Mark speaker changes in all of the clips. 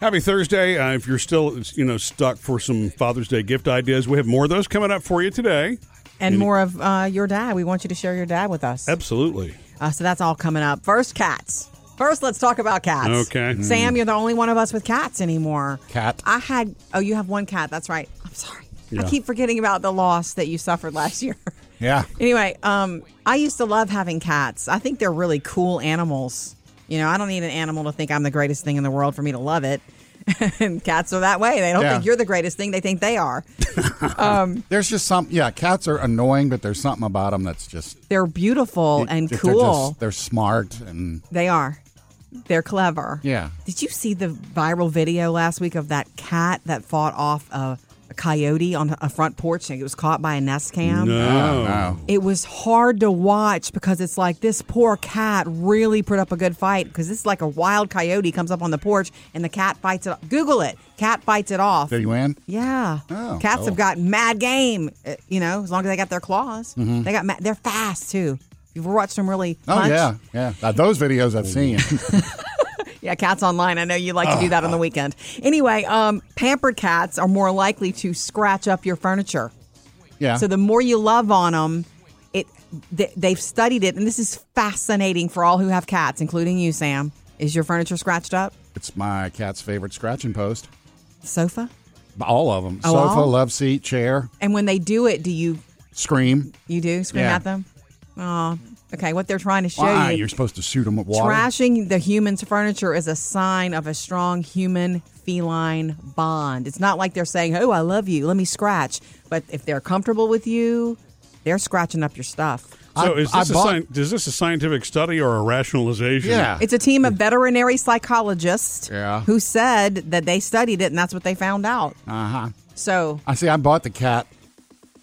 Speaker 1: Happy Thursday. Uh, if you're still, you know, stuck for some Father's Day gift ideas, we have more of those coming up for you today.
Speaker 2: And more of uh, your dad. We want you to share your dad with us.
Speaker 1: Absolutely.
Speaker 2: Uh, so that's all coming up. First, cats. First, let's talk about cats.
Speaker 1: Okay.
Speaker 3: Hmm.
Speaker 2: Sam, you're the only one of us with cats anymore.
Speaker 3: Cat.
Speaker 2: I had, oh, you have one cat. That's right. I'm sorry.
Speaker 1: Yeah.
Speaker 2: I keep forgetting about the loss that you suffered last year.
Speaker 3: Yeah.
Speaker 2: anyway, um, I used to love having cats. I think they're really cool animals. You know, I don't need an animal to think I'm the greatest thing in the world for me to love it. and cats are that way. They don't
Speaker 3: Yeah.
Speaker 2: think you're the greatest thing. They think they are.
Speaker 3: There's just some. Yeah, cats are annoying, but there's something about them that's just
Speaker 2: They're beautiful and
Speaker 3: they're
Speaker 2: cool.
Speaker 3: just- they're smart and
Speaker 2: They are. They're clever.
Speaker 3: Yeah.
Speaker 2: Did you see the viral video last week of that cat that fought off a, a coyote on a front porch and it was caught by a nest cam?
Speaker 1: No.
Speaker 3: wow.
Speaker 2: It was hard to watch because it's like this poor cat really put up a good fight because this is like a wild coyote comes up on the porch and the cat fights it. Google it. Cat fights it off.
Speaker 3: Did he win?
Speaker 2: yeah.
Speaker 3: Oh,
Speaker 2: Cats
Speaker 3: cool.
Speaker 2: have got mad game, uh, you know, as long as they got their claws. They got ma- they're fast too. You've ever watched them really
Speaker 3: Mm-hmm. Oh
Speaker 2: punch?
Speaker 3: yeah, yeah. Now, those videos I've seen.
Speaker 2: Yeah, cats online. I know you like to do that
Speaker 3: Ah.
Speaker 2: on the weekend. Anyway, um, pampered cats are more likely to scratch up your furniture.
Speaker 3: yeah.
Speaker 2: So the more you love on them, it th- they've studied it, and this is fascinating for all who have cats, including you, Sam. Is your furniture scratched up?
Speaker 3: it's my cat's favorite scratching post.
Speaker 2: Sofa?
Speaker 3: All of them.
Speaker 2: Oh,
Speaker 3: Sofa,
Speaker 2: all?
Speaker 3: love seat, chair,
Speaker 2: And when they do it, do you
Speaker 3: scream.
Speaker 2: you do scream
Speaker 3: Yeah.
Speaker 2: at them? Oh, okay. What they're trying to show
Speaker 3: Why?
Speaker 2: you.
Speaker 3: You're supposed to shoot them with water.
Speaker 2: Trashing the human's furniture is a sign of a strong human feline bond. It's not like they're saying, Oh, I love you, let me scratch. But if they're comfortable with you, they're scratching up your stuff.
Speaker 1: So
Speaker 3: I-
Speaker 1: is
Speaker 3: I
Speaker 1: this, a
Speaker 3: bought-
Speaker 1: sci- is this a scientific study or a rationalization?
Speaker 3: Yeah.
Speaker 2: It's a team of veterinary psychologists
Speaker 3: Yeah.
Speaker 2: who said that they studied it and that's what they found out.
Speaker 3: Uh huh.
Speaker 2: So
Speaker 3: I see. I bought the cat.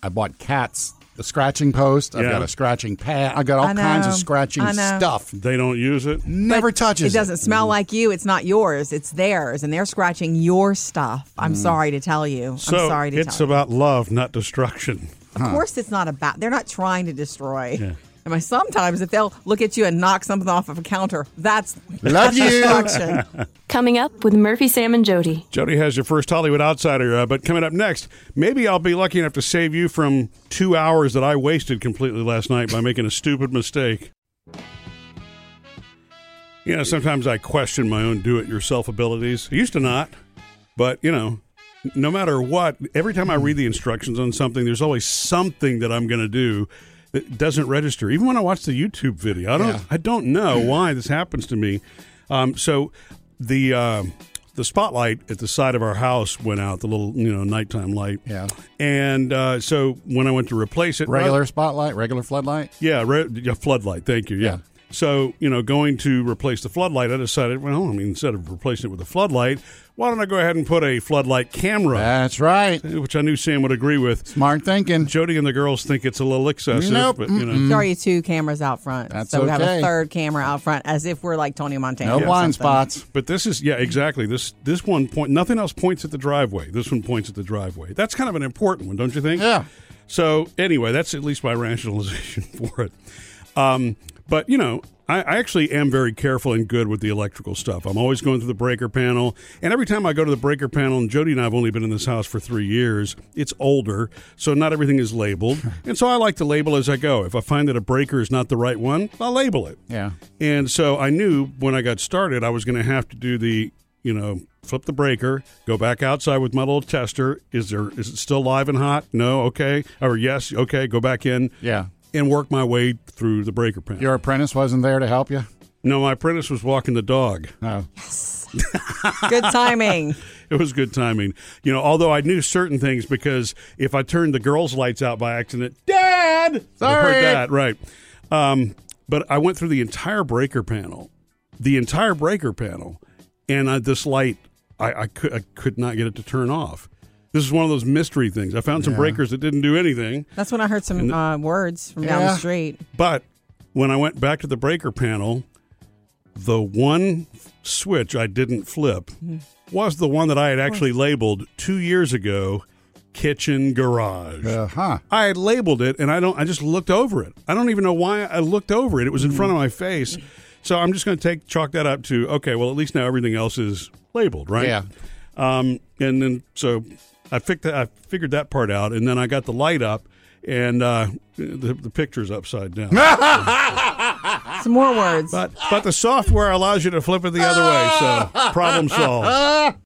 Speaker 3: I bought cats. The scratching post. I've
Speaker 1: Yeah.
Speaker 3: got a scratching pad. I got all
Speaker 2: I
Speaker 3: kinds of
Speaker 2: know.
Speaker 3: scratching
Speaker 2: I know.
Speaker 3: stuff.
Speaker 1: They don't use it.
Speaker 3: Never touches. Mm-hmm.
Speaker 2: it doesn't smell like you. It's not yours. It's theirs, and they're scratching your stuff. I'm
Speaker 3: Mm-hmm.
Speaker 2: sorry to tell you.
Speaker 1: So
Speaker 2: I'm sorry to
Speaker 1: it's
Speaker 2: tell you.
Speaker 1: about love, not destruction.
Speaker 2: Of course, it's not about. They're not trying to destroy. I mean, sometimes if they'll look at you and knock something off of a counter, that's
Speaker 3: Love you.
Speaker 2: destruction.
Speaker 4: Coming up with Murphy, Sam, and Jody.
Speaker 1: Jody has your first Hollywood Outsider, uh, but coming up next, maybe I'll be lucky enough to save you from two hours that I wasted completely last night by making a stupid mistake. You know, sometimes I question my own do it yourself abilities. I used to not, but, you know, no matter what, every time I read the instructions on something, there's always something that I'm going to do that doesn't register. Even when I watch the YouTube video, I don't,
Speaker 3: Yeah.
Speaker 1: I don't know why this happens to me. Um, so the um the spotlight at the side of our house went out, the little you know nighttime light.
Speaker 3: Yeah.
Speaker 1: And uh, so when I went to replace it,
Speaker 3: Regular spotlight. Regular floodlight.
Speaker 1: yeah, re- yeah, floodlight. Thank you. Yeah.
Speaker 3: Yeah.
Speaker 1: So you know, going to replace the floodlight, I decided. Well, I mean, instead of replacing it with a floodlight, why don't I go ahead and put a floodlight camera,
Speaker 3: That's right.
Speaker 1: which I knew Sam would agree with.
Speaker 3: Smart thinking.
Speaker 1: Jody and the girls think it's a little excessive,
Speaker 3: Nope.
Speaker 1: but you know,
Speaker 2: There are two cameras out front.
Speaker 3: That's
Speaker 2: so we have
Speaker 3: okay.
Speaker 2: a third camera out front as if we're like Tony Montana.
Speaker 3: No
Speaker 2: or
Speaker 3: blind
Speaker 2: something.
Speaker 3: spots.
Speaker 1: But this is yeah, exactly. This this one point nothing else points at the driveway. This one points at the driveway. That's kind of an important one, don't you think?
Speaker 3: Yeah.
Speaker 1: So anyway, that's at least my rationalization for it. Um, but you know, I, I actually am very careful and good with the electrical stuff. I'm always going through the breaker panel, and every time I go to the breaker panel, and Jody and I have only been in this house for three years. It's older, so not everything is labeled, and so I like to label as I go. If I find that a breaker is not the right one, I'll label it.
Speaker 3: Yeah.
Speaker 1: And so I knew when I got started, I was going to have to do the, you know, flip the breaker, go back outside with my little tester. Is there, is it still live and hot? No. Okay. Or yes. Okay. Go back in
Speaker 3: Yeah.
Speaker 1: and work my way through the breaker panel.
Speaker 3: Your apprentice wasn't there to help you.
Speaker 1: no, my apprentice was walking the dog.
Speaker 3: No.
Speaker 2: Good timing.
Speaker 1: It was good timing. You know, although I knew certain things because if I turned the girls' lights out by accident, Dad! I
Speaker 3: Sorry.
Speaker 1: heard that, right. Um, but I went through the entire breaker panel, the entire breaker panel, and I, this light, I, I, could, I could not get it to turn off. This is one of those mystery things. I found some breakers that didn't do anything,
Speaker 2: That's when I heard some uh, words from down the
Speaker 3: Yeah.
Speaker 2: street.
Speaker 1: but when I went back to the breaker panel, the one switch I didn't flip was the one that I had actually labeled two years ago kitchen garage.
Speaker 3: Uh huh.
Speaker 1: I had labeled it and I don't I just looked over it. I don't even know why I looked over it. It was in front of my face. So I'm just going to take chalk that up to okay. Well, at least now everything else is labeled, right?
Speaker 3: Yeah.
Speaker 1: Um, and then so I figured I figured that part out, and then I got the light up, and uh, the, the picture's upside down.
Speaker 2: Some more words.
Speaker 1: But but the software allows you to flip it the other way, so problem solved.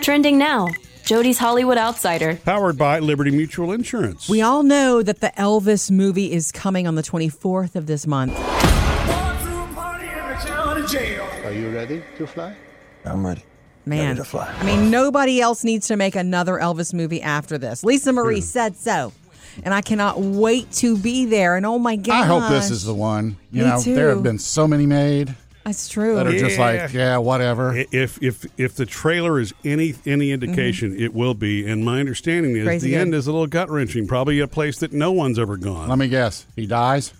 Speaker 4: Trending now, Jody's Hollywood Outsider.
Speaker 1: Powered by Liberty Mutual Insurance.
Speaker 2: We all know that the Elvis movie is coming on the 24th of this month.
Speaker 5: Are you ready to fly?
Speaker 6: I'm ready.
Speaker 2: Man,
Speaker 6: Ready to fly.
Speaker 2: I mean, nobody else needs to make another Elvis movie after this. Lisa
Speaker 1: Hmm.
Speaker 2: Marie said so, and I cannot wait to be there. And oh my god,
Speaker 3: I hope this is the one. You
Speaker 2: Me
Speaker 3: know, there
Speaker 2: too.
Speaker 3: have been so many made
Speaker 2: That's true.
Speaker 3: that are just
Speaker 1: Yeah.
Speaker 3: like, yeah, whatever.
Speaker 1: if if if the trailer is any any indication, it will be. And my understanding is
Speaker 2: Mm-hmm. Crazy
Speaker 1: the
Speaker 2: good.
Speaker 1: end is a little gut wrenching. Probably a place that no one's ever gone.
Speaker 3: Let me guess. He dies.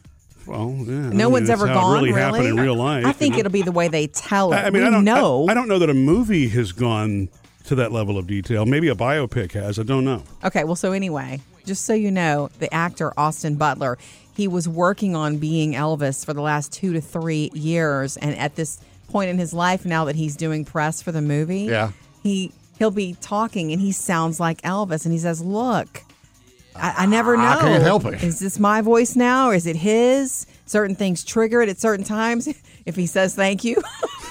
Speaker 1: well, yeah, I
Speaker 2: no
Speaker 1: mean,
Speaker 2: one's
Speaker 1: that's
Speaker 2: ever
Speaker 1: how it
Speaker 2: gone.
Speaker 1: really, happened in real life.
Speaker 2: I
Speaker 1: you
Speaker 2: think
Speaker 1: know?
Speaker 2: it'll be the way they tell it.
Speaker 1: I, I mean,
Speaker 2: we
Speaker 1: I don't
Speaker 2: know.
Speaker 1: I, I don't know that a movie has gone to that level of detail. Maybe a biopic has. I don't know.
Speaker 2: Okay, well, so anyway, just so you know, the actor Austin Butler, he was working on being Elvis for the last two to three years, and at this point in his life, now that he's doing press for the movie,
Speaker 3: Yeah.
Speaker 2: he he'll be talking and he sounds like Elvis, and he says, "Look, I, I never know.
Speaker 3: I can't help it."
Speaker 2: Is this my voice now, or is it his? Certain things trigger it at certain times. If he says thank you,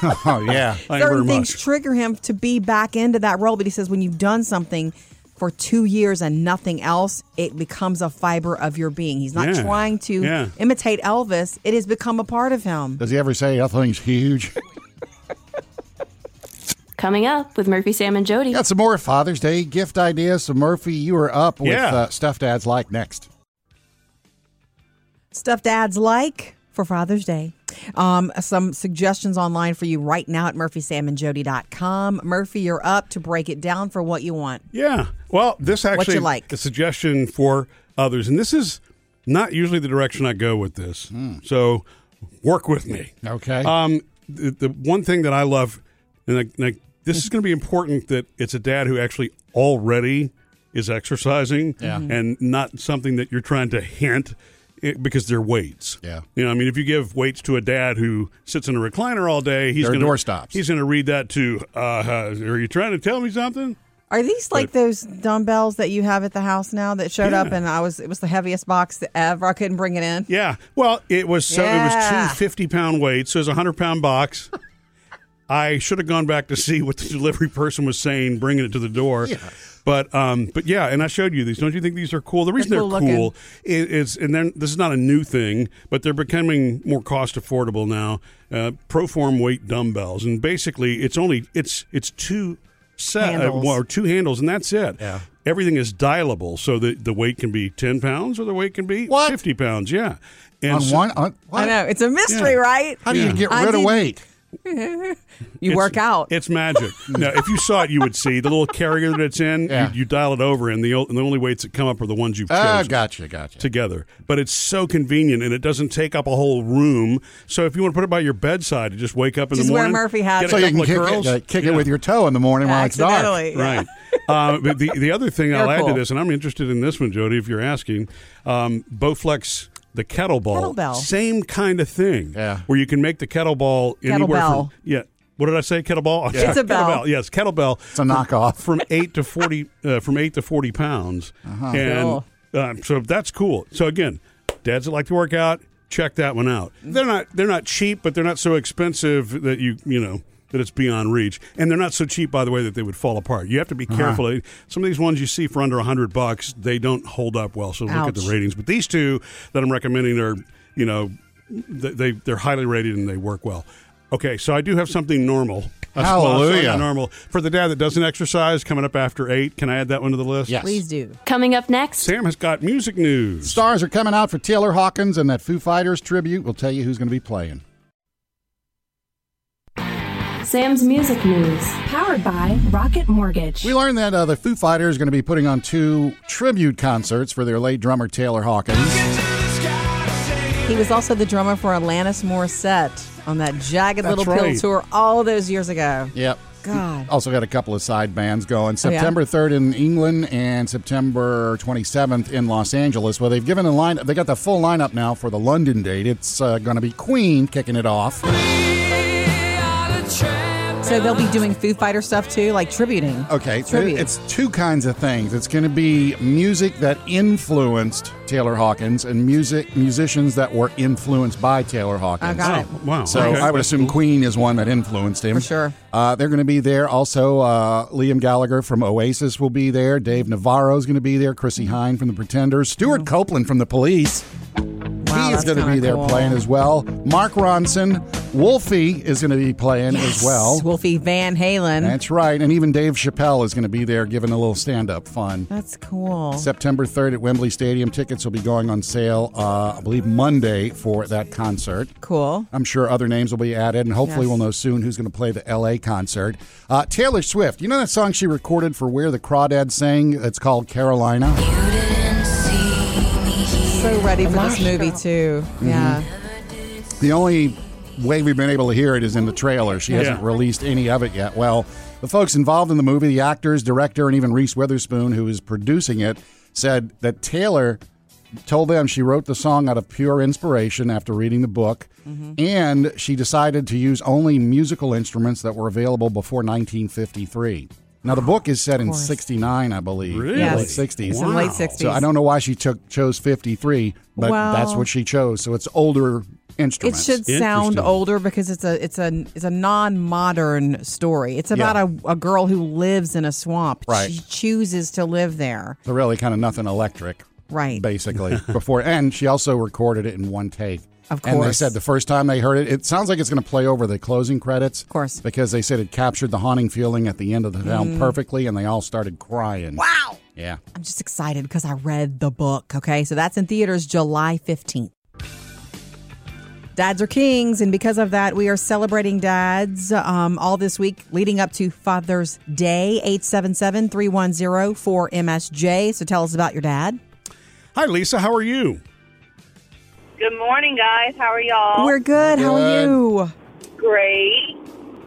Speaker 3: Oh yeah.
Speaker 1: Thank you very
Speaker 2: certain things
Speaker 1: much.
Speaker 2: trigger him to be back into that role. But he says when you've done something for two years and nothing else, it becomes a fiber of your being. He's not
Speaker 1: Yeah.
Speaker 2: trying to
Speaker 1: Yeah.
Speaker 2: imitate Elvis; it has become a part of him.
Speaker 3: Does he ever say that thing's huge?
Speaker 4: Coming up with Murphy, Sam, and Jody.
Speaker 3: Got some more Father's Day gift ideas. So Murphy, you are up with
Speaker 1: Yeah.
Speaker 3: uh, stuff dads like next.
Speaker 2: stuff dads like for Father's Day. Um, some suggestions online for you right now at murphysamandjody.com. Murphy, you're up to break it down for what you want.
Speaker 1: Yeah. Well, this actually
Speaker 2: you like?
Speaker 1: a suggestion for others, and this is not usually the direction I go with this.
Speaker 2: Hmm.
Speaker 1: So work with me.
Speaker 3: Okay.
Speaker 1: Um, the, the one thing that I love, and like, like this is going to be important that it's a dad who actually already is exercising,
Speaker 3: Yeah. Mhm.
Speaker 1: and not something that you're trying to hint. It, because they're weights.
Speaker 3: Yeah.
Speaker 1: You know, I mean, if you give weights to a dad who sits in a recliner all day, he's
Speaker 3: They're
Speaker 1: going to
Speaker 3: doorstops.
Speaker 1: He's going to read that to, uh, uh, are you trying to tell me something?
Speaker 2: Are these like those dumbbells that you have at the house now that showed up
Speaker 1: Yeah.
Speaker 2: and I was it was the heaviest box ever. I couldn't bring it in.
Speaker 1: Yeah. Well, it was so it
Speaker 2: Yeah.
Speaker 1: was two fifty pound weights, so it was a hundred pound box. I should have gone back to see what the delivery person was saying, bringing it to the door. But um, but yeah, and I showed you these. Don't you think these are cool? The reason they're
Speaker 2: They're
Speaker 1: cool,
Speaker 2: cool looking.
Speaker 1: is, is, and then this is not a new thing, but they're becoming more cost affordable now. Uh, Proform weight dumbbells, and basically it's only it's it's two set uh,
Speaker 2: Handles.
Speaker 1: well, or two handles, and that's it.
Speaker 3: Yeah.
Speaker 1: Everything is dialable, so the, the weight can be ten pounds or the weight can be
Speaker 3: What?
Speaker 1: fifty pounds. Yeah, and
Speaker 3: on
Speaker 1: so-
Speaker 3: one, on, what?
Speaker 2: I know. It's a mystery,
Speaker 1: Yeah.
Speaker 2: right?
Speaker 3: How do
Speaker 1: Yeah.
Speaker 3: you get
Speaker 2: I
Speaker 3: rid of
Speaker 2: didn't-
Speaker 3: weight?
Speaker 2: You
Speaker 1: it's-
Speaker 2: work out.
Speaker 1: It's magic. no, if you saw it, you would see the little carrier that it's in.
Speaker 3: Yeah.
Speaker 1: You, you dial it over, and the o- and the only weights that come up are the ones you've
Speaker 3: Ah,
Speaker 1: chosen.
Speaker 3: gotcha, gotcha.
Speaker 1: Together, but it's so convenient and it doesn't take up a whole room. So if you want to put it by your bedside, to just wake up in
Speaker 2: Just
Speaker 1: the
Speaker 2: where
Speaker 1: morning.
Speaker 2: Murphy had
Speaker 1: get a
Speaker 2: it.
Speaker 3: so you can
Speaker 1: couple
Speaker 3: kick,
Speaker 1: of
Speaker 3: it,
Speaker 1: curls.
Speaker 3: uh, kick it
Speaker 1: Yeah.
Speaker 3: with your toe in the morning while it's dark.
Speaker 2: Accidentally.
Speaker 1: Right. Uh, but the the other thing I'll add
Speaker 2: Careful.
Speaker 1: to this, and I'm interested in this one, Jody, if you're asking, um, Bowflex. The kettlebell,
Speaker 2: Kettlebell.
Speaker 1: same kind of thing.
Speaker 3: Yeah.
Speaker 1: where you can make the kettleball anywhere
Speaker 2: Kettlebell.
Speaker 1: from yeah. What did I say? Kettleball.
Speaker 2: Yeah. It's a bell.
Speaker 1: Kettlebell. Yes, kettlebell.
Speaker 3: It's a knockoff.
Speaker 1: from eight to forty uh, from eight to forty pounds, and
Speaker 2: Cool.
Speaker 1: um, so that's cool. So again, dads that like to work out, check that one out. They're not they're not cheap, but they're not so expensive that you you know that it's beyond reach, and they're not so cheap by the way that they would fall apart. You have to be careful. Some of these ones you see for under hundred bucks, they don't hold up well. So look at the
Speaker 2: Ouch.
Speaker 1: ratings. But these two that I'm recommending are you know they, they they're highly rated and they work well. Okay, so I do have something normal. A sponsor on the
Speaker 3: Hallelujah.
Speaker 1: normal for the dad that doesn't exercise coming up after eight can i add that one to the list
Speaker 3: Yes.
Speaker 2: Please do.
Speaker 4: Coming up next,
Speaker 1: sam has got music news
Speaker 3: Stars are coming out for Taylor Hawkins, and that Foo Fighters tribute will tell you who's going to be playing.
Speaker 4: Sam's music news.
Speaker 7: Powered by Rocket Mortgage.
Speaker 3: We learned that uh, the Foo Fighters are going to be putting on two tribute concerts for their late drummer Taylor Hawkins.
Speaker 2: He was also the drummer for Alanis Morissette on that Jagged
Speaker 1: That's
Speaker 2: Little Pill
Speaker 1: right.
Speaker 2: tour all those years ago.
Speaker 3: Yep.
Speaker 2: God.
Speaker 3: Also got a couple of side bands going.
Speaker 2: Oh, yeah?
Speaker 3: September 3rd in England and September 27th in Los Angeles. Well, they've given a line. They got the full lineup now for the London date. It's uh, going to be Queen kicking it off.
Speaker 2: So they'll be doing Foo Fighter stuff too, like tributing.
Speaker 3: Okay,
Speaker 2: Tribute.
Speaker 3: it's two kinds of things. It's going to be music that influenced Taylor Hawkins and music musicians that were influenced by Taylor Hawkins.
Speaker 2: I got it.
Speaker 1: Oh, wow.
Speaker 3: So
Speaker 1: Okay.
Speaker 3: I would assume Queen is one that influenced him.
Speaker 2: For sure.
Speaker 3: Uh, they're going to be there. Also, uh, Liam Gallagher from Oasis will be there. Dave Navarro is going to be there. Chrissy Hine from The Pretenders. Stuart Copeland from The Police.
Speaker 2: Mm-hmm. Oh. Wow,
Speaker 3: he is
Speaker 2: that's
Speaker 3: going to
Speaker 2: kinda
Speaker 3: be there
Speaker 2: cool.
Speaker 3: playing as well. Mark Ronson. Wolfie is going to be playing as well.
Speaker 2: Wolfie Van Halen.
Speaker 3: That's right. And even Dave Chappelle is going to be there giving a little stand up fun.
Speaker 2: That's cool.
Speaker 3: September 3rd at Wembley Stadium. Tickets will be going on sale, uh, I believe, Monday for that concert.
Speaker 2: cool.
Speaker 3: I'm sure other names will be added, and hopefully
Speaker 2: Yes.
Speaker 3: we'll know soon who's going to play the LA concert. Uh, Taylor Swift, you know that song she recorded for Where the Crawdads Sang? It's called Carolina.
Speaker 2: So ready for this movie too.
Speaker 3: Mm-hmm.
Speaker 2: Yeah.
Speaker 3: The only way we've been able to hear it is in the trailer. She hasn't
Speaker 1: Yeah.
Speaker 3: released any of it yet. Well, the folks involved in the movie, the actors, director, and even Reese Witherspoon, who is producing it, said that Taylor told them she wrote the song out of pure inspiration after reading the book,
Speaker 1: Mm-hmm.
Speaker 3: and she decided to use only musical instruments that were available before 1953. Now the book is set in
Speaker 2: course.
Speaker 3: '69, I believe,
Speaker 1: Really?
Speaker 3: the
Speaker 1: Yes.
Speaker 3: late '60s.
Speaker 2: It's in the late
Speaker 1: Wow.
Speaker 2: sixties.
Speaker 3: So I don't know why she took chose 53, but
Speaker 2: Well-
Speaker 3: that's what she chose. So it's older
Speaker 2: It
Speaker 3: instruments.
Speaker 2: should sound
Speaker 1: Interesting.
Speaker 2: older because it's a it's a it's a non modern story. It's about
Speaker 3: Yeah.
Speaker 2: a, a girl who lives in a swamp.
Speaker 3: Right.
Speaker 2: She chooses to live there.
Speaker 3: So really kind of nothing electric,
Speaker 2: Right.
Speaker 3: basically, before. And she also recorded it in one take.
Speaker 2: Of
Speaker 3: And they
Speaker 2: course.
Speaker 3: said the first time they heard it, it sounds like it's going to play over the closing credits. Of
Speaker 2: course. Mm.
Speaker 3: Because they said it captured the haunting feeling at the end of the film perfectly, and they all started crying.
Speaker 2: Wow.
Speaker 3: Yeah.
Speaker 2: I'm just excited because I read the book. Okay, so that's in theaters July 15th. Dads are kings, and because of that, we are celebrating dads um, all this week leading up to Father's Day, 877 310 4MSJ. So tell us about your dad.
Speaker 1: Hi, Lisa. How are you?
Speaker 8: Good morning, guys. How are y'all?
Speaker 2: We're good. How are
Speaker 3: Good.
Speaker 2: you? All
Speaker 8: great.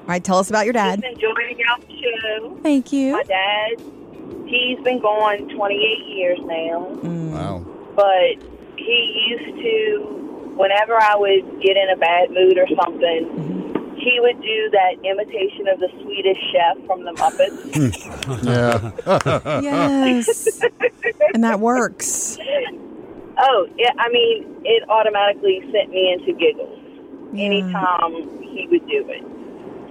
Speaker 2: right, tell us about your dad.
Speaker 8: Just enjoying y'all's show.
Speaker 2: Thank
Speaker 8: My
Speaker 2: you.
Speaker 8: dad, he's been going 28 years now,
Speaker 3: Wow.
Speaker 8: but he used to, whenever I would get in a bad mood or something, he would do that imitation of the Swedish chef from the
Speaker 3: Yeah.
Speaker 8: Muppets.
Speaker 2: Yes. and that works.
Speaker 8: oh, it, I mean, it automatically sent me into giggles anytime he would do it.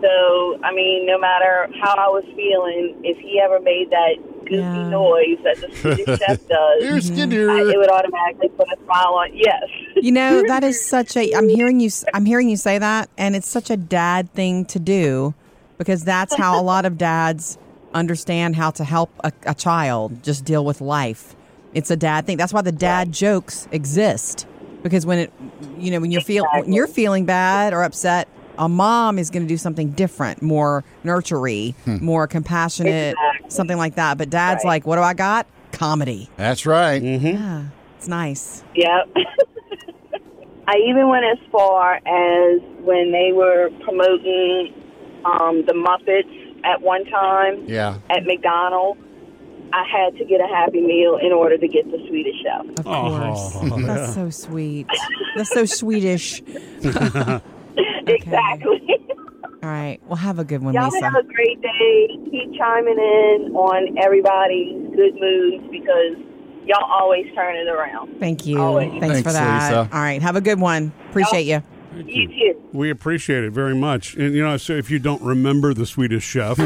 Speaker 8: So, I mean, no matter how I was feeling, if he ever made that goofy
Speaker 2: Yeah.
Speaker 8: noise that the Swedish chef
Speaker 3: You're
Speaker 8: does,
Speaker 3: skinnier.
Speaker 8: I, it would automatically put a smile on. Yes.
Speaker 2: You know that is such a. I'm hearing you. I'm hearing you say that, and it's such a dad thing to do, because that's how a lot of dads understand how to help a, a child just deal with life. It's a dad thing. That's why the dad jokes exist, because when it, you know, when you're feel when you're feeling bad or upset, a mom is going to do something different, more nurturing, more compassionate,
Speaker 8: Exactly.
Speaker 2: something like that. But dad's
Speaker 8: Right.
Speaker 2: like, what do I got? Comedy.
Speaker 3: That's right.
Speaker 2: Mm-hmm. Yeah, it's nice.
Speaker 8: Yep. I even went as far as when they were promoting um, the Muppets at one time
Speaker 3: Yeah.
Speaker 8: at McDonald's. I had to get a Happy Meal in order to get the Swedish Chef.
Speaker 2: Of
Speaker 1: Oh.
Speaker 2: course. That's so sweet. That's so Swedish.
Speaker 8: Exactly.
Speaker 2: All right. Well, have a good one,
Speaker 8: Y'all
Speaker 2: Lisa.
Speaker 8: have a great day. Keep chiming in on everybody's good moods because y'all always turn it around.
Speaker 2: Thank you.
Speaker 8: Always.
Speaker 2: Thanks,
Speaker 3: Thanks,
Speaker 2: for that.
Speaker 3: Lisa.
Speaker 2: All right. Have a good one. Appreciate you.
Speaker 8: You too.
Speaker 1: We appreciate it very much. And, you know, so if you don't remember the Swedish chef,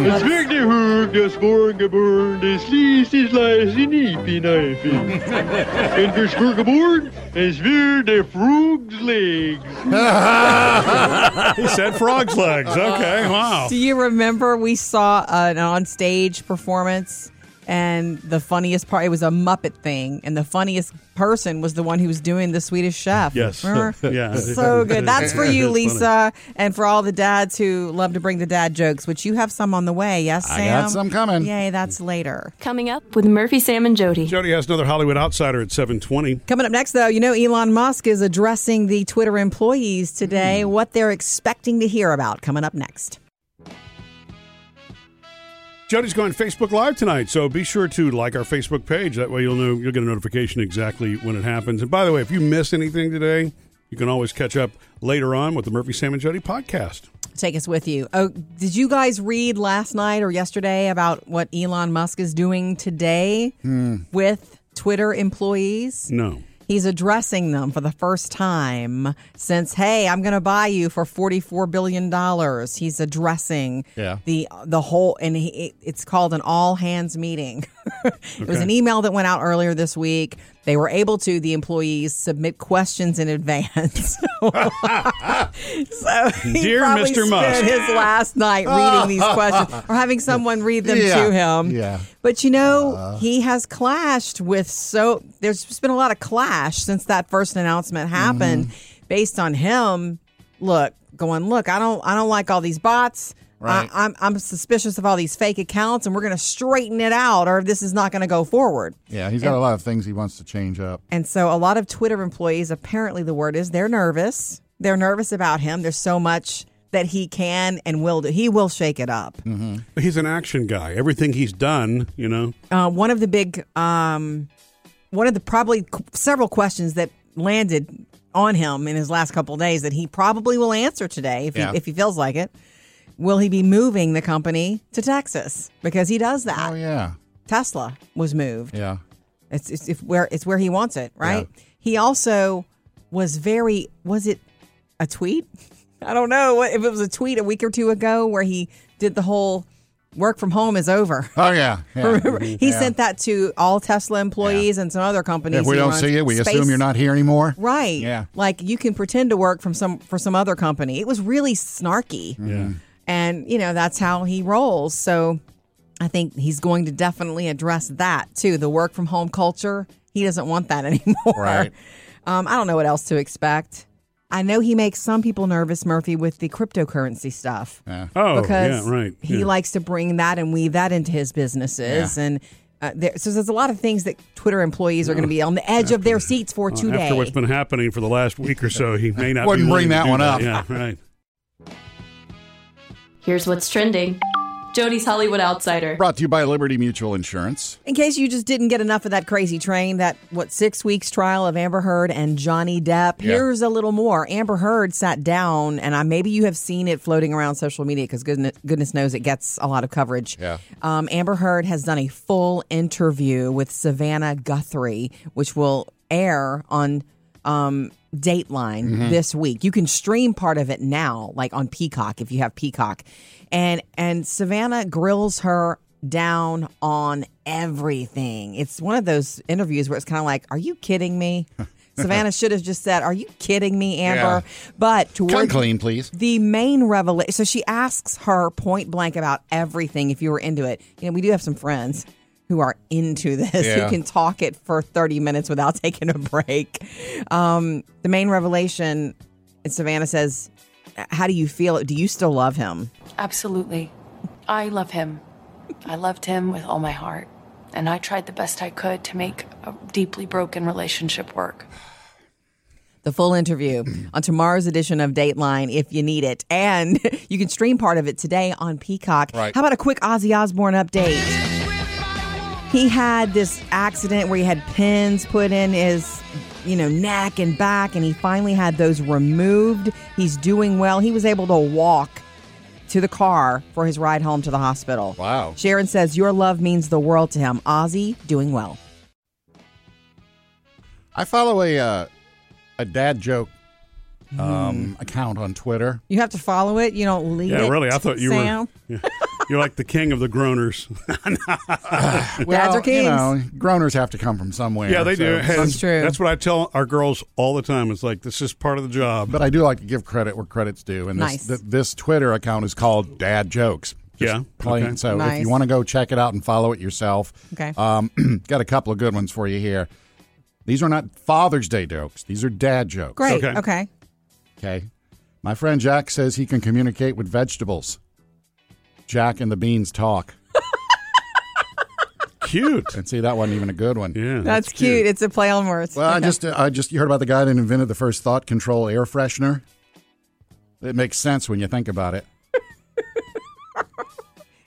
Speaker 1: he said frog's legs. Okay, wow.
Speaker 2: Do you remember we saw an on-stage performance? And the funniest part, it was a Muppet thing, and the funniest person was the one who was doing the Swedish Chef.
Speaker 1: Yes.
Speaker 2: Remember?
Speaker 1: Yeah.
Speaker 2: So good. That's for you,
Speaker 1: It's funny.
Speaker 2: Lisa, and for all the dads who love to bring the dad jokes, which you have some on the way. Yes,
Speaker 3: I
Speaker 2: Sam?
Speaker 3: got some coming.
Speaker 2: Yay, that's later.
Speaker 4: Coming up with Murphy, Sam, and Jody.
Speaker 1: Jody has another Hollywood outsider at 720.
Speaker 2: Coming up next, though, you know, Elon Musk is addressing the Twitter Hmm. employees today, what they're expecting to hear about. Coming up next.
Speaker 1: Jody's going Facebook Live tonight, so be sure to like our Facebook page. That way, you'll know you'll get a notification exactly when it happens. And by the way, if you miss anything today, you can always catch up later on with the Murphy Sam and Jody podcast.
Speaker 2: Take us with you. Oh, did you guys read last night or yesterday about what Elon Musk is doing today with Twitter employees?
Speaker 1: No,
Speaker 2: He's addressing them for the first time since, hey, I'm going to buy you for $44 billion. He's addressing
Speaker 3: Yeah.
Speaker 2: the the whole, and he, it- it's called an all hands meeting. it was an email that went out earlier this week. They were able to, the employees, submit questions in advance. so he
Speaker 1: Dear
Speaker 2: probably
Speaker 1: Mr. Musk.
Speaker 2: spent his last night reading these questions or having someone read them
Speaker 3: Yeah.
Speaker 2: to him.
Speaker 3: Yeah.
Speaker 2: But you know, he has clashed with so there's just been a lot of clash since that first announcement happened based on him look going look I don't I don't like all these bots.
Speaker 3: Right.
Speaker 2: I, I'm I'm suspicious of all these fake accounts and we're going to straighten it out or this is not going to go forward.
Speaker 3: Yeah, he's got a lot of things he wants to change up.
Speaker 2: And so a lot of Twitter employees, apparently the word is they're nervous. They're nervous about him. There's so much that he can and will do. He will shake it up.
Speaker 1: he's an action guy. Everything he's done, you know,
Speaker 2: Uh, one of the big, um, one of the probably qu- several questions that landed on him in his last couple of days that he probably will answer today if,
Speaker 3: Yeah.
Speaker 2: he, if he feels like it. Will he be moving the company to Texas? Because he does that.
Speaker 3: Oh yeah,
Speaker 2: Tesla was moved.
Speaker 3: yeah.
Speaker 2: It's, it's if where it's where he wants it, right? He also was very was it a tweet? I don't know what- if it was a tweet a week or two ago where he did the whole work from home is over.
Speaker 3: Oh yeah. yeah.
Speaker 2: Remember, he
Speaker 3: Yeah.
Speaker 2: sent that to all Tesla employees and some other companies.
Speaker 3: If we
Speaker 2: he
Speaker 3: don't
Speaker 2: runs.
Speaker 3: see you, we
Speaker 2: Space-
Speaker 3: assume you're not here anymore.
Speaker 2: right.
Speaker 3: Yeah.
Speaker 2: like you can pretend to work from some for some other company. It was really snarky.
Speaker 3: Mm-hmm.
Speaker 2: Yeah, and you know that's how he rolls. So I think he's going to definitely address that too. The work from home culture. He doesn't want that anymore.
Speaker 3: Right.
Speaker 2: Um, I don't know what else to expect. I know he makes some people nervous, Murphy, with the cryptocurrency stuff
Speaker 1: oh
Speaker 2: because
Speaker 1: yeah, right.
Speaker 2: he
Speaker 1: yeah.
Speaker 2: likes to bring that and weave that into his businesses
Speaker 3: Yeah.
Speaker 2: and uh, there, so there's a lot of things that Twitter employees are going to be on the edge of their seats for
Speaker 1: Well,
Speaker 2: today.
Speaker 1: After what's been happening for the last week or so, he may not
Speaker 3: Wouldn't
Speaker 1: be willing
Speaker 3: bring
Speaker 1: to
Speaker 3: that
Speaker 1: do
Speaker 3: one up.
Speaker 1: Yeah, right.
Speaker 4: Here's what's trending Jody's Hollywood Outsider.
Speaker 3: Brought to you by Liberty Mutual Insurance.
Speaker 2: In case you just didn't get enough of that crazy train, that what six weeks trial of Amber Heard and Johnny Depp.
Speaker 3: Yeah.
Speaker 2: Here's a little more. Amber Heard sat down, and I, maybe you have seen it floating around social media because goodness, goodness knows it gets a lot of coverage.
Speaker 3: Yeah.
Speaker 2: Um, Amber Heard has done a full interview with Savannah Guthrie, which will air on um, Dateline
Speaker 3: Mm-hmm.
Speaker 2: this week. You can stream part of it now, like on Peacock if you have Peacock, and and Savannah grills her down on everything. It's one of those interviews where it's kind of like, "Are you kidding me?" Savannah should have just said, "Are you kidding me, Amber?" But
Speaker 3: Come
Speaker 2: toward
Speaker 3: clean, please.
Speaker 2: the main revelation. So she asks her point blank about everything. If you were into it, you know, we do have some friends who are into this
Speaker 3: Yeah.
Speaker 2: who can talk it for thirty minutes without taking a break. Um, the main revelation. And Savannah says, "How do you feel? Do you still love him?"
Speaker 9: Absolutely. I love him. I loved him with all my heart. And I tried the best I could to make a deeply broken relationship work.
Speaker 2: The full interview on tomorrow's edition of Dateline if you need it. And you can stream part of it today on Peacock.
Speaker 3: Right.
Speaker 2: How about a quick Ozzy Osbourne update? He had this accident where he had pins put in his, you know, neck and back, and he finally had those removed. He's doing well. He was able to walk to the car for his ride home to the hospital.
Speaker 3: Wow.
Speaker 2: Sharon says, Your love means the world to him. Ozzy doing well.
Speaker 3: I follow a uh, a dad joke um, account on Twitter.
Speaker 2: You have to follow it. You don't leave
Speaker 1: Yeah,
Speaker 2: it,
Speaker 1: really. I thought you
Speaker 2: Sam.
Speaker 1: were. Yeah. You're like the king of the groaners.
Speaker 3: Well,
Speaker 2: are kings.
Speaker 3: You know, groaners have to come from somewhere.
Speaker 1: yeah, they do.
Speaker 3: so-
Speaker 1: Hey,
Speaker 2: That's true.
Speaker 1: That's what I tell our girls all the time. It's like this is part of the job.
Speaker 3: But I do like to give credit where credit's due, and this
Speaker 2: Nice.
Speaker 3: th- this Twitter account is called Dad Jokes. Just
Speaker 1: Yeah,
Speaker 3: plain.
Speaker 1: okay.
Speaker 3: So if
Speaker 2: Nice.
Speaker 3: you want to go check it out and follow it yourself,
Speaker 2: Okay.
Speaker 3: Um, got a couple of good ones for you here. These are not Father's Day jokes; these are Dad jokes.
Speaker 2: Great.
Speaker 1: Okay.
Speaker 2: okay.
Speaker 3: Okay. My friend Jack says he can communicate with vegetables. Jack and the beans talk.
Speaker 1: Cute.
Speaker 3: And see, that wasn't even a good one.
Speaker 1: Yeah,
Speaker 2: That's, cute. It's a play on words.
Speaker 3: Well, I just, I just, you heard about the guy that invented the first thought control air freshener. It makes sense when you think about it.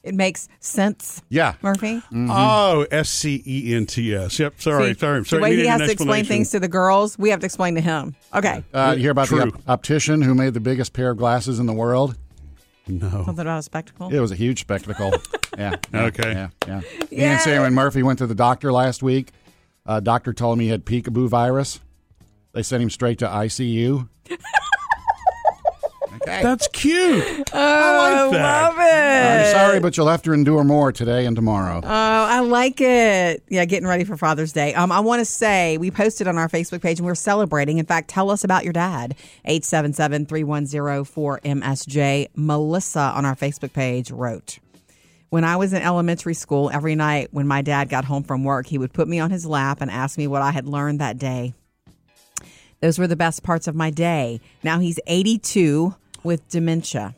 Speaker 2: It makes sense.
Speaker 3: Yeah.
Speaker 2: Murphy.
Speaker 1: Oh, S C E N T S. Yep. Sorry.
Speaker 2: Mm-hmm. See,
Speaker 1: sorry. Sorry.
Speaker 2: The way
Speaker 1: needed
Speaker 2: he
Speaker 1: an
Speaker 2: has to explain
Speaker 1: explanation.
Speaker 2: things to the girls, we have to explain to him. Okay.
Speaker 3: Uh, you hear about
Speaker 1: True.
Speaker 3: the op- optician who made the biggest pair of glasses in the world?
Speaker 1: No.
Speaker 2: Something about a spectacle.
Speaker 3: It was a huge spectacle. yeah. yeah,
Speaker 1: Okay.
Speaker 3: Yeah. Yeah. Me and Sam and Murphy went to the doctor last week. Uh, doctor told me he had peekaboo virus. They sent him straight to ICU.
Speaker 1: That's cute. I like that.
Speaker 2: Oh, Love it.
Speaker 3: I'm sorry, but you'll have to endure more today and tomorrow.
Speaker 2: Oh, I like it. Yeah, getting ready for Father's Day. Um, I want to say we posted on our Facebook page and we're celebrating. In fact, tell us about your dad. 877-310-4MSJ. Melissa on our Facebook page wrote, When I was in elementary school, every night when my dad got home from work, he would put me on his lap and ask me what I had learned that day. Those were the best parts of my day. Now he's 82 with dementia.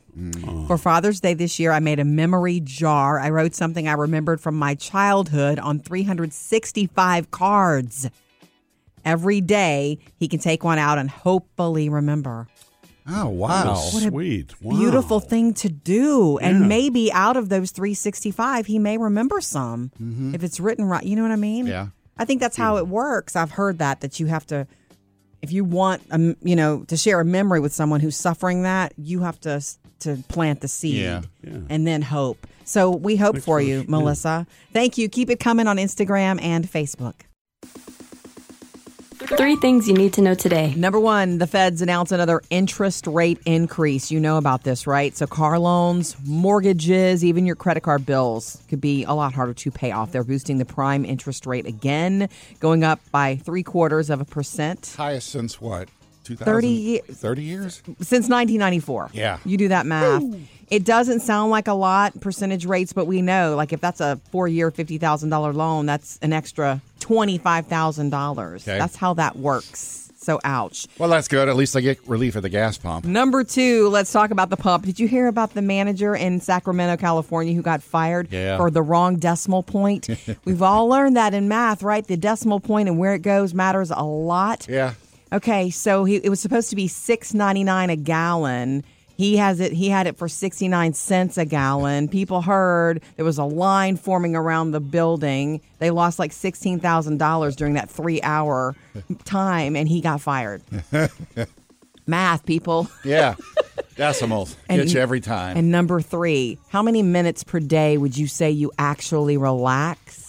Speaker 2: For Father's Day this year, I made a memory jar. I wrote something I remembered from my childhood on 365 cards. Every day, he can take one out and hopefully remember.
Speaker 3: oh, wow.
Speaker 1: That's sweet. Wow.
Speaker 2: Beautiful thing to do.
Speaker 1: Yeah.
Speaker 2: And maybe out of those 365, he may remember some if it's written right. You know what I mean?
Speaker 3: Mm-hmm. Yeah.
Speaker 2: I think that's how it works. I've heard that, that you have to, if you want, um, you know, to share a memory with someone who's suffering that, you have to s- to plant the seed
Speaker 3: Yeah.
Speaker 2: and then hope. So we hope for you, Melissa. Thank you. Keep it coming on Instagram and Facebook.
Speaker 4: Three things you need to know today.
Speaker 2: Number one, the feds announced another interest rate increase. You know about this, right? So, car loans, mortgages, even your credit card bills could be a lot harder to pay off. They're boosting the prime interest rate again, going up by three quarters of a percent
Speaker 3: Highest since what? 2000,
Speaker 2: 30 ye-
Speaker 3: 30 years?
Speaker 2: since 1994.
Speaker 3: Yeah.
Speaker 2: You do that math. It doesn't sound like a lot percentage rates, but we know, like, if that's a four year, $50,000 loan, that's an extra $25,000.
Speaker 3: Okay.
Speaker 2: That's how that works. So, ouch.
Speaker 3: Well, that's good. At least I get relief at the gas pump.
Speaker 2: Number two, let's talk about the pump. Did you hear about the manager in Sacramento, California, who got fired
Speaker 3: Yeah.
Speaker 2: for the wrong decimal point? We've all learned that in math, right? The decimal point and where it goes matters a lot.
Speaker 3: Yeah.
Speaker 2: Okay, so he, it was supposed to be six ninety nine a gallon. He has it. He had it for sixty nine cents a gallon. People heard there was a line forming around the building. They lost like sixteen thousand dollars during that three hour time, and he got fired. Math people.
Speaker 3: Yeah. Decimals.
Speaker 2: And-
Speaker 3: Get you every time.
Speaker 2: And number three, how many minutes per day would you say you actually relax?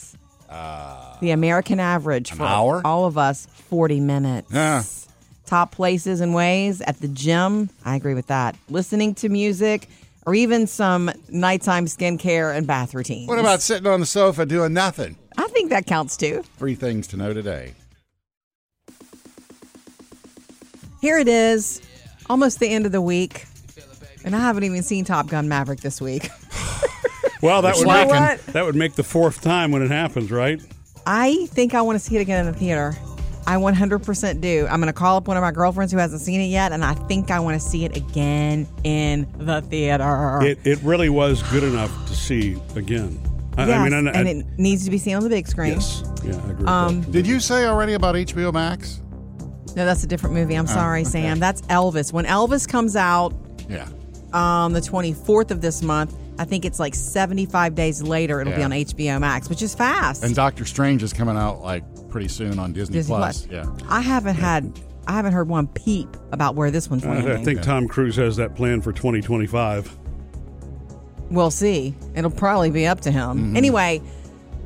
Speaker 2: the American average for
Speaker 3: Uh, hour?
Speaker 2: all of us, 40 minutes.
Speaker 3: Yeah.
Speaker 2: Top places and ways at the gym. I agree with that. Listening to music or even some nighttime skincare and bath routines.
Speaker 3: what about sitting on the sofa doing nothing?
Speaker 2: I think that counts too.
Speaker 3: Three things to know today.
Speaker 2: Here it is, almost the end of the week. And I haven't even seen Top Gun Maverick this week.
Speaker 1: Well, that would
Speaker 2: You know
Speaker 1: make
Speaker 2: what?
Speaker 1: that would make the fourth time when it happens, right?
Speaker 2: I think I want to see it again in the theater. I 100% do. I'm going to call up one of my girlfriends who hasn't seen it yet, and I think I want to see it again in the theater.
Speaker 1: It it really was good enough to see again. I,
Speaker 2: yes,
Speaker 1: I mean, I, I,
Speaker 2: and it Um, needs to be seen on the big screen.
Speaker 1: yes, yeah, I agree. with that.
Speaker 3: Did you say already about HBO Max?
Speaker 2: No, that's a different movie. I'm sorry, Sam. That's Elvis. When Elvis comes out
Speaker 3: Yeah.
Speaker 2: on the 24th of this month, I think it's like 75 days later, it'll be
Speaker 3: Yeah.
Speaker 2: on HBO Max, which is fast.
Speaker 3: And Doctor Strange is coming out like pretty soon on Disney,
Speaker 2: Disney
Speaker 3: Plus.
Speaker 2: Plus.
Speaker 3: Yeah.
Speaker 2: I haven't had, I haven't heard one peep about where this one's landing.
Speaker 1: I, I think Tom Cruise has that plan for 2025.
Speaker 2: We'll see. It'll probably be up to him. Anyway,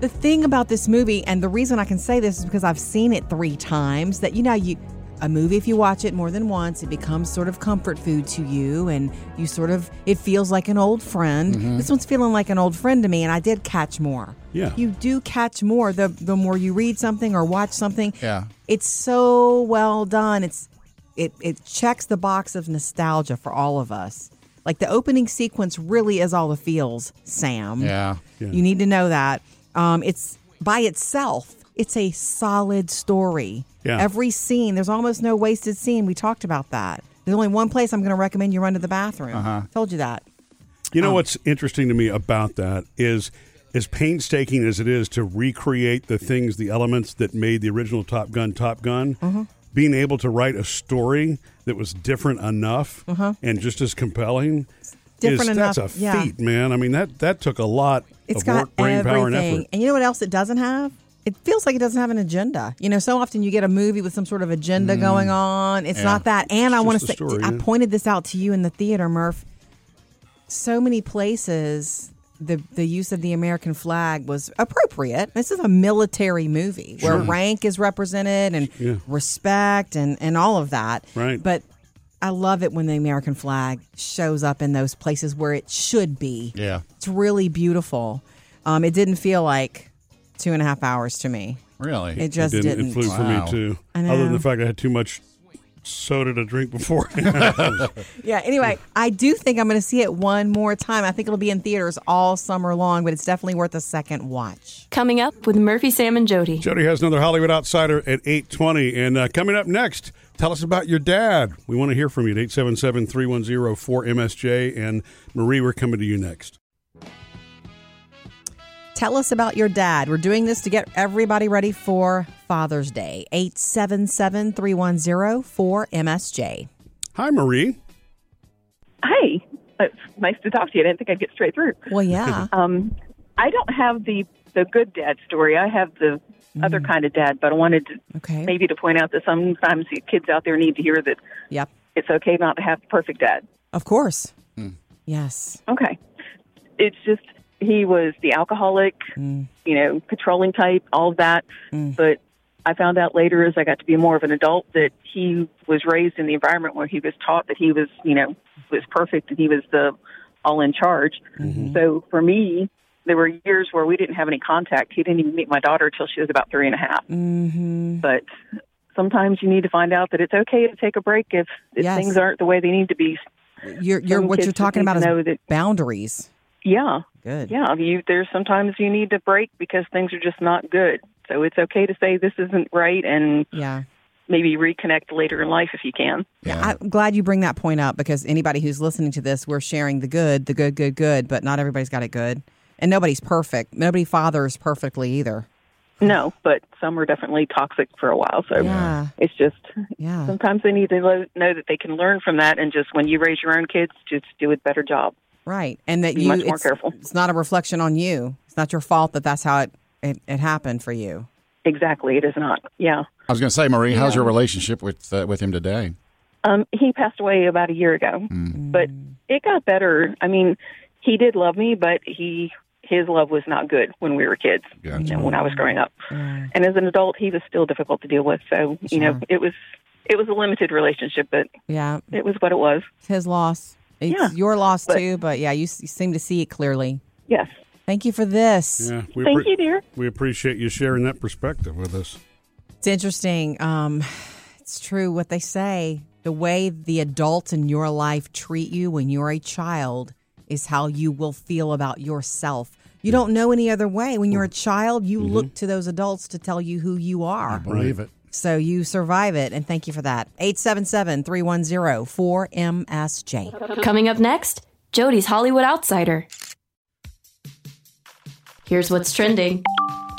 Speaker 2: the thing about this movie, and the reason I can say this is because I've seen it three times. That you know, you a movie if you watch it more than once, it becomes sort of comfort food to you, and you sort of it feels like an old friend. This one's feeling like an old friend to me, and I did catch more.
Speaker 1: Yeah.
Speaker 2: you do catch more the the more you read something or watch something.
Speaker 3: Yeah.
Speaker 2: it's so well done. It's it it checks the box of nostalgia for all of us. Like the opening sequence really is all the feels, Sam.
Speaker 3: Yeah.
Speaker 2: You need to know that. Um, it's by itself, it's a solid story.
Speaker 1: Yeah.
Speaker 2: Every scene, there's almost no wasted scene. We talked about that. There's only one place I'm going to recommend you run to the bathroom.
Speaker 3: Uh-huh.
Speaker 2: Told you that.
Speaker 1: You
Speaker 2: Oh.
Speaker 1: know what's interesting to me about that is as painstaking as it is to recreate the things, the elements that made the original Top Gun Top Gun,
Speaker 2: Mm-hmm.
Speaker 1: being able to write a story that was different enough and just as compelling
Speaker 2: Mm-hmm. different
Speaker 1: is,
Speaker 2: enough.
Speaker 1: That's a
Speaker 2: yeah.
Speaker 1: feat, man. I mean that that took a lot
Speaker 2: It's
Speaker 1: of
Speaker 2: got
Speaker 1: work, brain
Speaker 2: everything.
Speaker 1: power, and effort.
Speaker 2: you know what else it doesn't have? It feels like it doesn't have an agenda. You know, so often you get a movie with some sort of agenda going on. It's not that. And I
Speaker 1: Mm. It's
Speaker 2: want to
Speaker 1: just
Speaker 2: say,
Speaker 1: a story,
Speaker 2: I
Speaker 1: yeah.
Speaker 2: pointed this out to you in the theater, Murph. So many places, the the use of the American flag was appropriate. This is a military movie where rank is represented and
Speaker 1: Yeah.
Speaker 2: respect and and all of that.
Speaker 1: Right.
Speaker 2: But I love it when the American flag shows up in those places where it should be.
Speaker 3: Yeah.
Speaker 2: It's really beautiful. Um, it didn't feel like two and a half hours to me.
Speaker 3: Really?
Speaker 2: It just
Speaker 1: It
Speaker 2: didn't.
Speaker 1: It flew for
Speaker 3: Wow.
Speaker 1: me too.
Speaker 2: I
Speaker 1: Other than
Speaker 2: know.
Speaker 1: the fact I had too much soda to drink before.
Speaker 2: Yeah. Anyway, I do think I'm going to see it one more time. I think it'll be in theaters all summer long, but it's definitely worth a second watch.
Speaker 4: Coming up with Murphy, Sam, and Jody.
Speaker 1: Jody has another Hollywood Outsider at 820. And uh, coming up next, tell us about your dad. We want to hear from you at 877-310-4MSJ. And Marie, we're coming to you next.
Speaker 2: Tell us about your dad. We're doing this to get everybody ready for Father's Day. 877 310 4MSJ.
Speaker 1: Hi, Marie.
Speaker 8: Hi. It's nice to talk to you. I didn't think I'd get straight through.
Speaker 2: Well, yeah.
Speaker 8: Um, I don't have the the good dad story. I have the other kind of dad, but I wanted to,
Speaker 2: Mm. Okay.
Speaker 8: maybe to point out that sometimes the kids out there need to hear that
Speaker 2: Yep.
Speaker 8: it's okay not to have the perfect dad.
Speaker 2: Of course. Yes.
Speaker 8: Okay. It's just he was the alcoholic, you know, controlling type, all of that. But I found out later as I got to be more of an adult that he was raised in the environment where he was taught that he was, you know, was perfect and he was the all in charge. So for me, there were years where we didn't have any contact. He didn't even meet my daughter till she was about three and a half.
Speaker 2: Mm-hmm.
Speaker 8: But sometimes you need to find out that it's okay to take a break if, if
Speaker 2: Yes.
Speaker 8: things aren't the way they need to be.
Speaker 2: You're, you're,
Speaker 8: Some
Speaker 2: what
Speaker 8: kids
Speaker 2: you're
Speaker 8: just
Speaker 2: talking
Speaker 8: need to
Speaker 2: about
Speaker 8: know
Speaker 2: is
Speaker 8: that-
Speaker 2: boundaries.
Speaker 8: Yeah.
Speaker 2: Good.
Speaker 8: Yeah, you there's sometimes you need to break because things are just not good. So it's okay to say this isn't right and
Speaker 2: Yeah.
Speaker 8: maybe reconnect later in life if you can.
Speaker 2: Yeah, I'm glad you bring that point up because anybody who's listening to this, we're sharing the good, the good, good, good, but not everybody's got it good. And nobody's perfect. Nobody fathers perfectly either.
Speaker 8: No, but some are definitely toxic for a while. So
Speaker 2: Yeah.
Speaker 8: it's just
Speaker 2: Yeah.
Speaker 8: sometimes they need to lo- know that they can learn from that and just when you raise your own kids, just do a better job.
Speaker 2: Right. And that
Speaker 8: Be
Speaker 2: you
Speaker 8: much more
Speaker 2: it's,
Speaker 8: careful.
Speaker 2: it's not a reflection on you. It's not your fault that that's how it, it, it happened for you.
Speaker 8: Exactly, it is not. Yeah.
Speaker 3: I was going to say, Marie, how's your relationship with uh, with him today?
Speaker 8: Um, he passed away about a year ago, but it got better. I mean, he did love me, but he his love was not good when we were kids
Speaker 3: Gotcha.
Speaker 8: you know, when I was growing up. And as an adult, he was still difficult to deal with. So you know, it was it was a limited relationship, but
Speaker 2: Yeah.
Speaker 8: it was what it was.
Speaker 2: It's his loss. It's
Speaker 8: Yeah.
Speaker 2: your loss
Speaker 8: But-
Speaker 2: too, but yeah, you, s- you seem to see it clearly.
Speaker 8: Yes,
Speaker 2: Thank you for this.
Speaker 1: Yeah, we
Speaker 8: thank
Speaker 1: appre-
Speaker 8: you, dear.
Speaker 1: We appreciate you sharing that perspective with us.
Speaker 2: It's interesting. Um, it's true what they say. The way the adults in your life treat you when you're a child is how you will feel about yourself. You don't know any other way. When you're a child, you look to those adults to tell you who you are.
Speaker 3: Believe it.
Speaker 2: So you survive it, and thank you for that. 877 310 4MSJ.
Speaker 4: Coming up next, Jody's Hollywood Outsider. Here's what's trending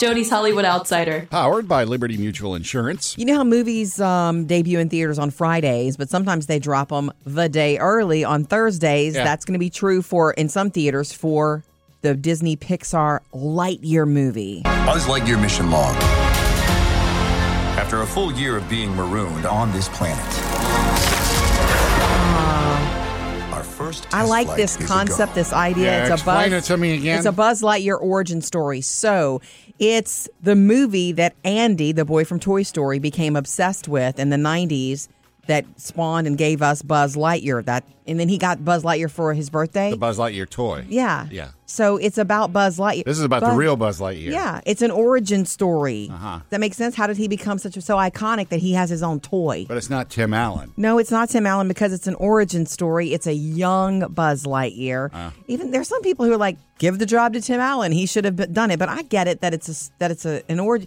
Speaker 4: Jody's Hollywood Outsider.
Speaker 3: Powered by Liberty Mutual Insurance.
Speaker 2: You know how movies um, debut in theaters on Fridays, but sometimes they drop them the day early on Thursdays.
Speaker 3: Yeah.
Speaker 2: That's going to be true for, in some theaters, for the Disney Pixar Lightyear movie.
Speaker 10: Buzz Lightyear mission log. After a full year of being marooned on this planet, our first.
Speaker 2: I
Speaker 10: test
Speaker 2: like
Speaker 10: flight
Speaker 2: this
Speaker 10: is a go.
Speaker 2: concept, this idea.
Speaker 3: Yeah,
Speaker 2: it's a buzz.
Speaker 3: explain it to me again.
Speaker 2: It's a Buzz Lightyear origin story. So it's the movie that Andy, the boy from Toy Story, became obsessed with in the '90s. That spawned and gave us Buzz Lightyear. That and then he got Buzz Lightyear for his birthday.
Speaker 3: The Buzz Lightyear toy.
Speaker 2: yeah,
Speaker 3: Yeah.
Speaker 2: So it's about Buzz Lightyear.
Speaker 3: This is about the
Speaker 2: Buzz-
Speaker 3: real Buzz Lightyear.
Speaker 2: Yeah, it's an origin story. Uh-huh. That makes sense. How did he become such a, so iconic that he has his own toy?
Speaker 3: But it's not Tim Allen.
Speaker 2: No, it's not Tim Allen because it's an origin story. It's a young Buzz Lightyear.
Speaker 3: Uh.
Speaker 2: Even there's some people who are like, give the job to Tim Allen. He should have b- done it. But I get it that it's a, s- that it's a, an origin.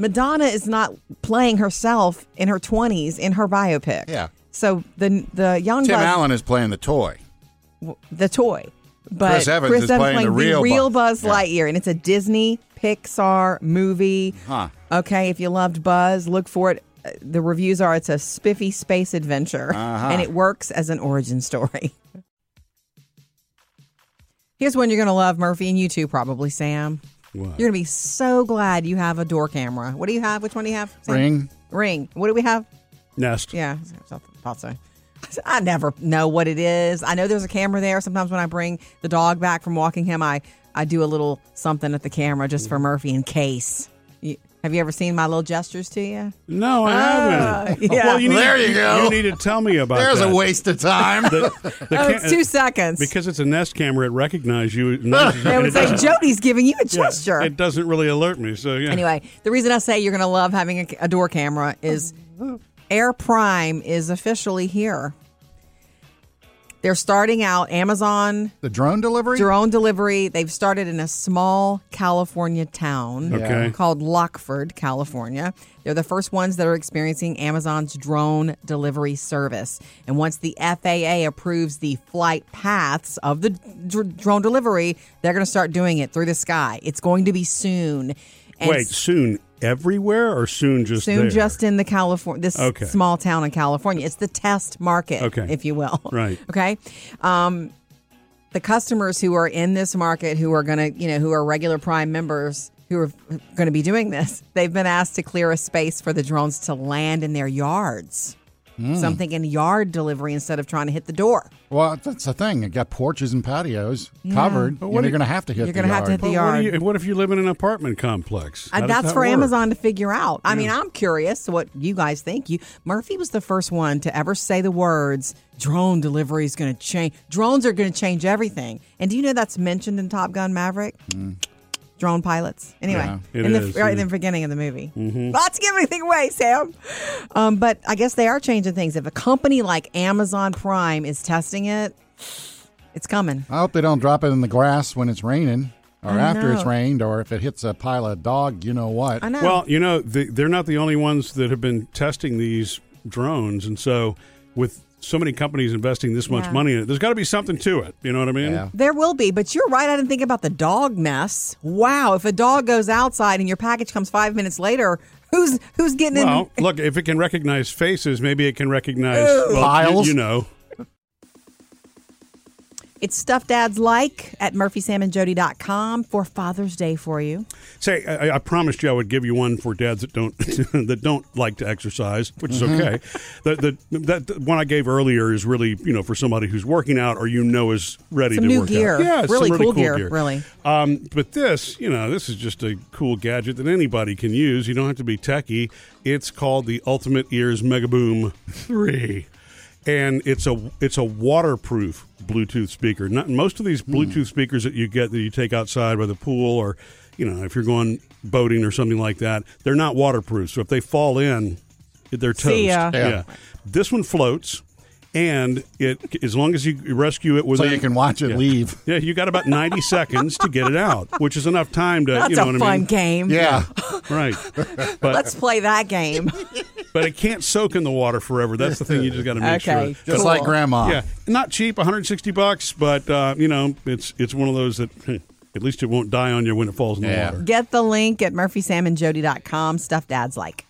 Speaker 2: Madonna is not playing herself in her 20s in her biopic.
Speaker 3: Yeah.
Speaker 2: So the the young
Speaker 3: Tim
Speaker 2: Buzz,
Speaker 3: Allen is playing the toy.
Speaker 2: the toy, but
Speaker 3: Chris Evans is playing the real Buzz.
Speaker 2: Buzz, Lightyear, and it's a Disney Pixar movie.
Speaker 3: Huh.
Speaker 2: Okay, if you loved Buzz, look for it. Uh, The reviews are it's a
Speaker 3: Uh-huh.
Speaker 2: spiffy space adventure, and it works as an origin story. Here's one you're going to love, Murphy, and you too, probably, Sam.
Speaker 1: What?
Speaker 2: You're going to be so glad you have a door camera. What do you have? Which one do you have? Sam?
Speaker 3: Ring.
Speaker 2: Ring. What do we have?
Speaker 1: Nest.
Speaker 2: Yeah, I thought so. I never know what it is. I know there's a camera there. Sometimes when I bring the dog back from walking him, I, I do a little something at the camera just
Speaker 1: Mm.
Speaker 2: for Murphy in case. You, have you ever seen my little gestures to you?
Speaker 1: No, I haven't.
Speaker 2: Ah, yeah.
Speaker 1: Well, you need,
Speaker 3: There you go.
Speaker 1: You need to tell me about
Speaker 3: There's
Speaker 1: that.
Speaker 3: a waste of time.
Speaker 1: The
Speaker 2: Oh,
Speaker 1: ca-
Speaker 2: it's two seconds.
Speaker 1: Because it's a Nest camera, it recognizes you. It notices you,
Speaker 2: they
Speaker 1: and
Speaker 2: would
Speaker 1: it
Speaker 2: say,
Speaker 1: doesn't-
Speaker 2: Jody's giving you a
Speaker 1: yeah,
Speaker 2: gesture.
Speaker 1: It doesn't really alert me. So yeah.
Speaker 2: Anyway, the reason I say you're going to love having a, a door camera is Air Prime is officially here. They're starting out Amazon
Speaker 3: the drone delivery?
Speaker 2: drone delivery. They've started in a small California town
Speaker 1: Okay.
Speaker 2: called Lockford, California. They're the first ones that are experiencing Amazon's drone delivery service. And once the FAA approves the flight paths of the dr- drone delivery, they're going to start doing it through the sky. It's going to be soon. And
Speaker 1: Wait, soon everywhere or soon just
Speaker 2: soon
Speaker 1: there?
Speaker 2: just in the California this
Speaker 1: Okay.
Speaker 2: small town in California. It's the test market,
Speaker 1: Okay.
Speaker 2: if you will.
Speaker 1: Right.
Speaker 2: Okay. Um, the customers who are in this market who are going to, you know, who are regular Prime members who are going to be doing this, they've been asked to clear a space for the drones to land in their yards.
Speaker 1: Hmm.
Speaker 2: So I'm thinking yard delivery instead of trying to hit the door.
Speaker 3: Well, that's the thing. You got porches and patios covered, and
Speaker 1: what
Speaker 3: you're
Speaker 1: do you-
Speaker 3: going to have to
Speaker 2: You're
Speaker 3: hit the
Speaker 2: gonna have to
Speaker 3: yard.
Speaker 2: hit the
Speaker 1: But what, do
Speaker 2: yard.
Speaker 1: you, what if you live in an apartment complex? How
Speaker 2: Uh,
Speaker 1: does
Speaker 2: that's
Speaker 1: that
Speaker 2: for
Speaker 1: work?
Speaker 2: Amazon to figure out. I mean, I'm curious what you guys think. You Murphy was the first one to ever say the words drone delivery is going to change. Drones are going to change everything. And do you know that's mentioned in Top Gun Maverick? Drone pilots. Anyway,
Speaker 1: it
Speaker 2: in the,
Speaker 1: is, Mm-hmm. Mm.
Speaker 2: right
Speaker 1: yeah.
Speaker 2: in the beginning of the movie. Not to give anything away, Sam. Um, but I guess they are changing things. If a company like Amazon Prime is testing it, it's coming.
Speaker 3: I hope they don't drop it in the grass when it's raining or
Speaker 2: I
Speaker 3: after it's
Speaker 2: know.
Speaker 3: rained or if it hits a pile of dog, you know what.
Speaker 2: I know.
Speaker 1: Well, you know, the, they're not the only ones that have been testing these drones, and so with so many companies investing this much
Speaker 2: Yeah.
Speaker 1: money in it, there's got to be something to it. You know what I mean?
Speaker 3: Yeah.
Speaker 2: There will be, but you're right. I didn't think about the dog mess. Wow, if a dog goes outside and your package comes five minutes later, who's who's getting
Speaker 1: Well, look, if it can recognize faces, maybe it can recognize well, you-
Speaker 3: Piles.
Speaker 1: You, know,
Speaker 2: in? It's stuff dads like at murphysamandjody.com for Father's Day for you.
Speaker 1: say I, I promised you I would give you one for dads that don't that don't like to exercise, which is okay. the, the that the one I gave earlier is really you know for somebody who's working out or you know is ready
Speaker 2: Some
Speaker 1: to
Speaker 2: new
Speaker 1: work
Speaker 2: gear.
Speaker 1: out. Yeah, it's
Speaker 2: Really
Speaker 1: some really
Speaker 2: cool
Speaker 1: cool
Speaker 2: gear, really.
Speaker 1: Um, but this, you know, this is just a cool gadget that anybody can use. You don't have to be techie. It's called the Ultimate Ears Mega Boom Three, and it's a it's a waterproof Bluetooth speaker. Not most of these
Speaker 3: Hmm.
Speaker 1: Bluetooth speakers that you get that you take outside by the pool or you know if you're going boating or something like that, they're not waterproof. So if they fall in, they're toast.
Speaker 2: See ya.
Speaker 1: Yeah.
Speaker 3: Yeah.
Speaker 1: this one floats. And it, as long as you rescue it
Speaker 3: so
Speaker 1: within,
Speaker 3: you can watch it
Speaker 1: Yeah.
Speaker 3: leave.
Speaker 1: Yeah, you got about 90 seconds to get it out, which is enough time to,
Speaker 2: That's
Speaker 1: you know
Speaker 2: a
Speaker 1: what
Speaker 2: fun
Speaker 1: I mean?
Speaker 2: game.
Speaker 3: Yeah.
Speaker 1: Right. But
Speaker 2: Let's play that game.
Speaker 1: but it can't soak in the water forever. That's the thing you just got to make
Speaker 2: Okay. uh,
Speaker 1: sure.
Speaker 3: Just
Speaker 2: Cool.
Speaker 3: like grandma.
Speaker 1: Yeah, not cheap, 160 bucks, but uh, you know, it's it's one of those that heh, at least it won't die on you when it falls in the
Speaker 3: Yeah.
Speaker 1: water.
Speaker 2: Get the link at murphysamandjody.com. Stuff dads like.